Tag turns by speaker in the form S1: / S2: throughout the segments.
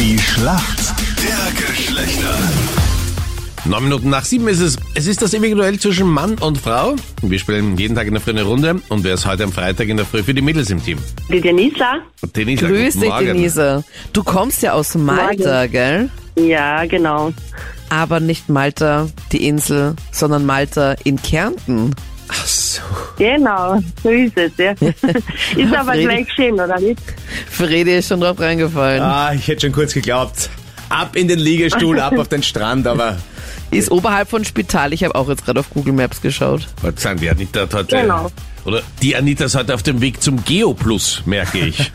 S1: Schlacht der Geschlechter.
S2: Neun Minuten nach sieben ist es. Es ist das ewige Duell zwischen Mann und Frau. Wir spielen jeden Tag in der Früh eine Runde. Und wer ist heute am Freitag in der Früh für die Mädels im Team?
S3: Die Denisa?
S2: Denise,
S4: Grüß
S2: guten
S4: dich,
S2: Morgen.
S4: Denise. Du kommst ja aus Malta, gell?
S3: Ja, genau.
S4: Aber nicht Malta, die Insel, sondern Malta in Kärnten.
S2: Ach so.
S3: Genau, so ist es, ja. ist aber
S4: Freddy.
S3: gleich schön, oder nicht?
S4: Fredi ist schon drauf reingefallen.
S5: Ah, ich hätte schon kurz geglaubt. Ab in den Liegestuhl, ab auf den Strand, aber
S4: Ist oberhalb von Spital. Ich habe auch jetzt gerade auf Google Maps geschaut.
S2: Was sagen die Anita hat heute?
S3: Genau.
S2: Oder die Anita ist heute auf dem Weg zum Geoplus, merke ich.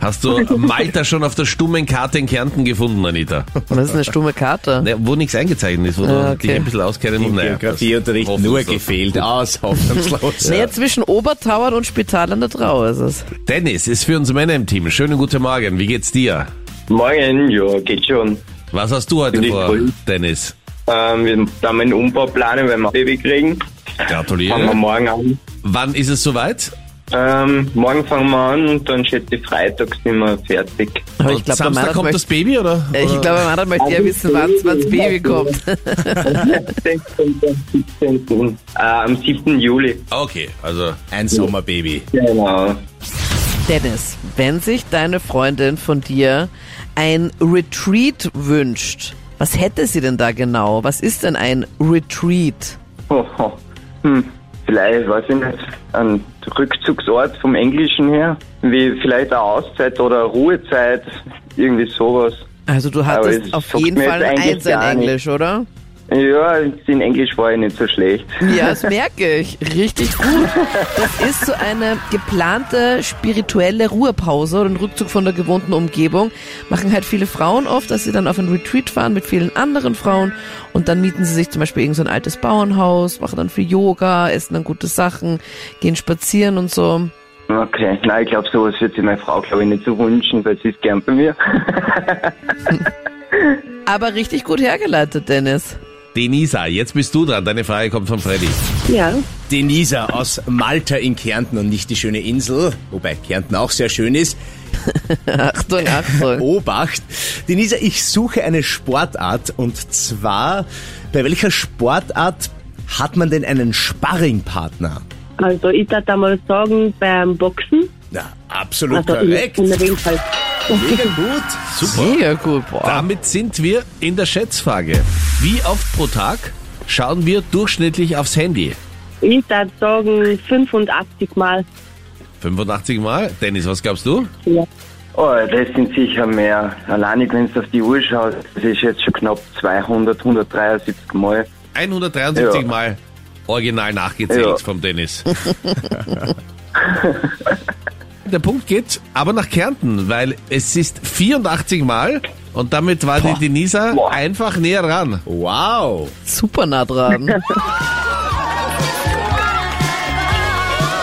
S2: Hast du Malta schon auf der stummen Karte in Kärnten gefunden, Anita?
S4: Das ist eine stumme Karte.
S2: Ne, wo nichts eingezeichnet ist, wo
S4: Ah,
S2: du dich
S4: okay.
S2: ein bisschen auskennen
S5: im
S2: musst. Naja,
S5: Geografieunterricht
S2: das-
S5: nur
S2: hoffnungslos.
S5: gefehlt. Aus, hoffnungslos.
S4: Naja, zwischen Obertauern und Spital an der Trau ist es.
S2: Dennis ist für uns Männer im Team. Schönen guten Morgen. Wie geht's dir?
S6: Morgen, ja, geht schon.
S2: Was hast du heute
S6: Nicht
S2: vor,
S6: voll.
S2: Dennis?
S6: Ähm, wir haben einen Umbau planen, weil wir ein Baby kriegen. Fangen wir
S2: Gratuliere.
S6: morgen an.
S2: Wann ist es soweit?
S6: Ähm, morgen fangen wir an und dann schätze ich Freitag sind wir fertig.
S4: Aber ich
S2: Und
S4: glaube, der
S2: Samstag
S4: Mann
S2: kommt das
S4: möchte, Äh,
S2: Baby, oder?
S4: ich glaube, der Mann möchte ja wissen, wann das Baby kommt.
S6: 16. und 17. Äh, am 7. Juli.
S2: Okay, also
S5: Ein Sommerbaby.
S6: Genau.
S4: Dennis, wenn sich deine Freundin von dir ein Retreat wünscht, was hätte sie denn da genau? Was ist denn ein Retreat?
S6: Hoho. Hm. Vielleicht, weiß ich nicht, ein Rückzugsort vom Englischen her. Wie vielleicht eine Auszeit oder Ruhezeit. Irgendwie sowas.
S4: Also du
S6: Aber
S4: hattest
S6: es
S4: auf
S6: zuckt
S4: jeden
S6: mir
S4: Fall ein Eins
S6: jetzt eigentlich
S4: in
S6: gar nicht.
S4: Englisch, oder?
S6: Ja, in Englisch war ich nicht so schlecht.
S4: Ja, das merke ich. Richtig gut. Das ist so eine geplante spirituelle Ruhepause oder ein Rückzug von der gewohnten Umgebung. Machen halt viele Frauen oft, dass sie dann auf ein Retreat fahren mit vielen anderen Frauen und dann mieten sie sich zum Beispiel irgend so ein altes Bauernhaus, machen dann viel Yoga, essen dann gute Sachen, gehen spazieren und so.
S6: Okay, nein, ich glaube, sowas wird sich meine Frau, glaube ich, nicht so wünschen, weil sie ist gern bei mir.
S4: Aber richtig gut hergeleitet, Dennis.
S2: Denisa, jetzt bist du dran. Deine Frage kommt von Freddy.
S3: Ja.
S5: Denisa aus Malta in Kärnten und nicht die schöne Insel, wobei Kärnten auch sehr schön ist.
S4: Achtung, Achtung.
S5: Obacht. Denisa, ich suche eine Sportart und zwar, bei welcher Sportart hat man denn einen Sparringpartner?
S3: Also ich darf mal sagen, beim Boxen,
S5: Na, absolut
S3: also in,
S5: korrekt.
S3: in halt, dem Fall.
S5: Mega gut.
S2: Super.
S4: Sehr gut, boah.
S2: Damit sind wir in der Schätzfrage. Wie oft pro Tag schauen wir durchschnittlich aufs Handy?
S3: Ich darf sagen, 85 Mal.
S2: 85 Mal. Dennis, was glaubst du?
S3: Ja.
S6: Oh, das sind sicher mehr. Alleinig, wenn du auf die Uhr schaust, das ist jetzt schon knapp 200, 173 Mal.
S2: 173
S6: Ja.
S2: Mal original nachgezählt
S6: Ja.
S2: vom Dennis. Der Punkt geht aber nach Kärnten, weil es ist 84 Mal und damit war die Denisa einfach näher ran.
S5: Wow.
S4: Super nah dran.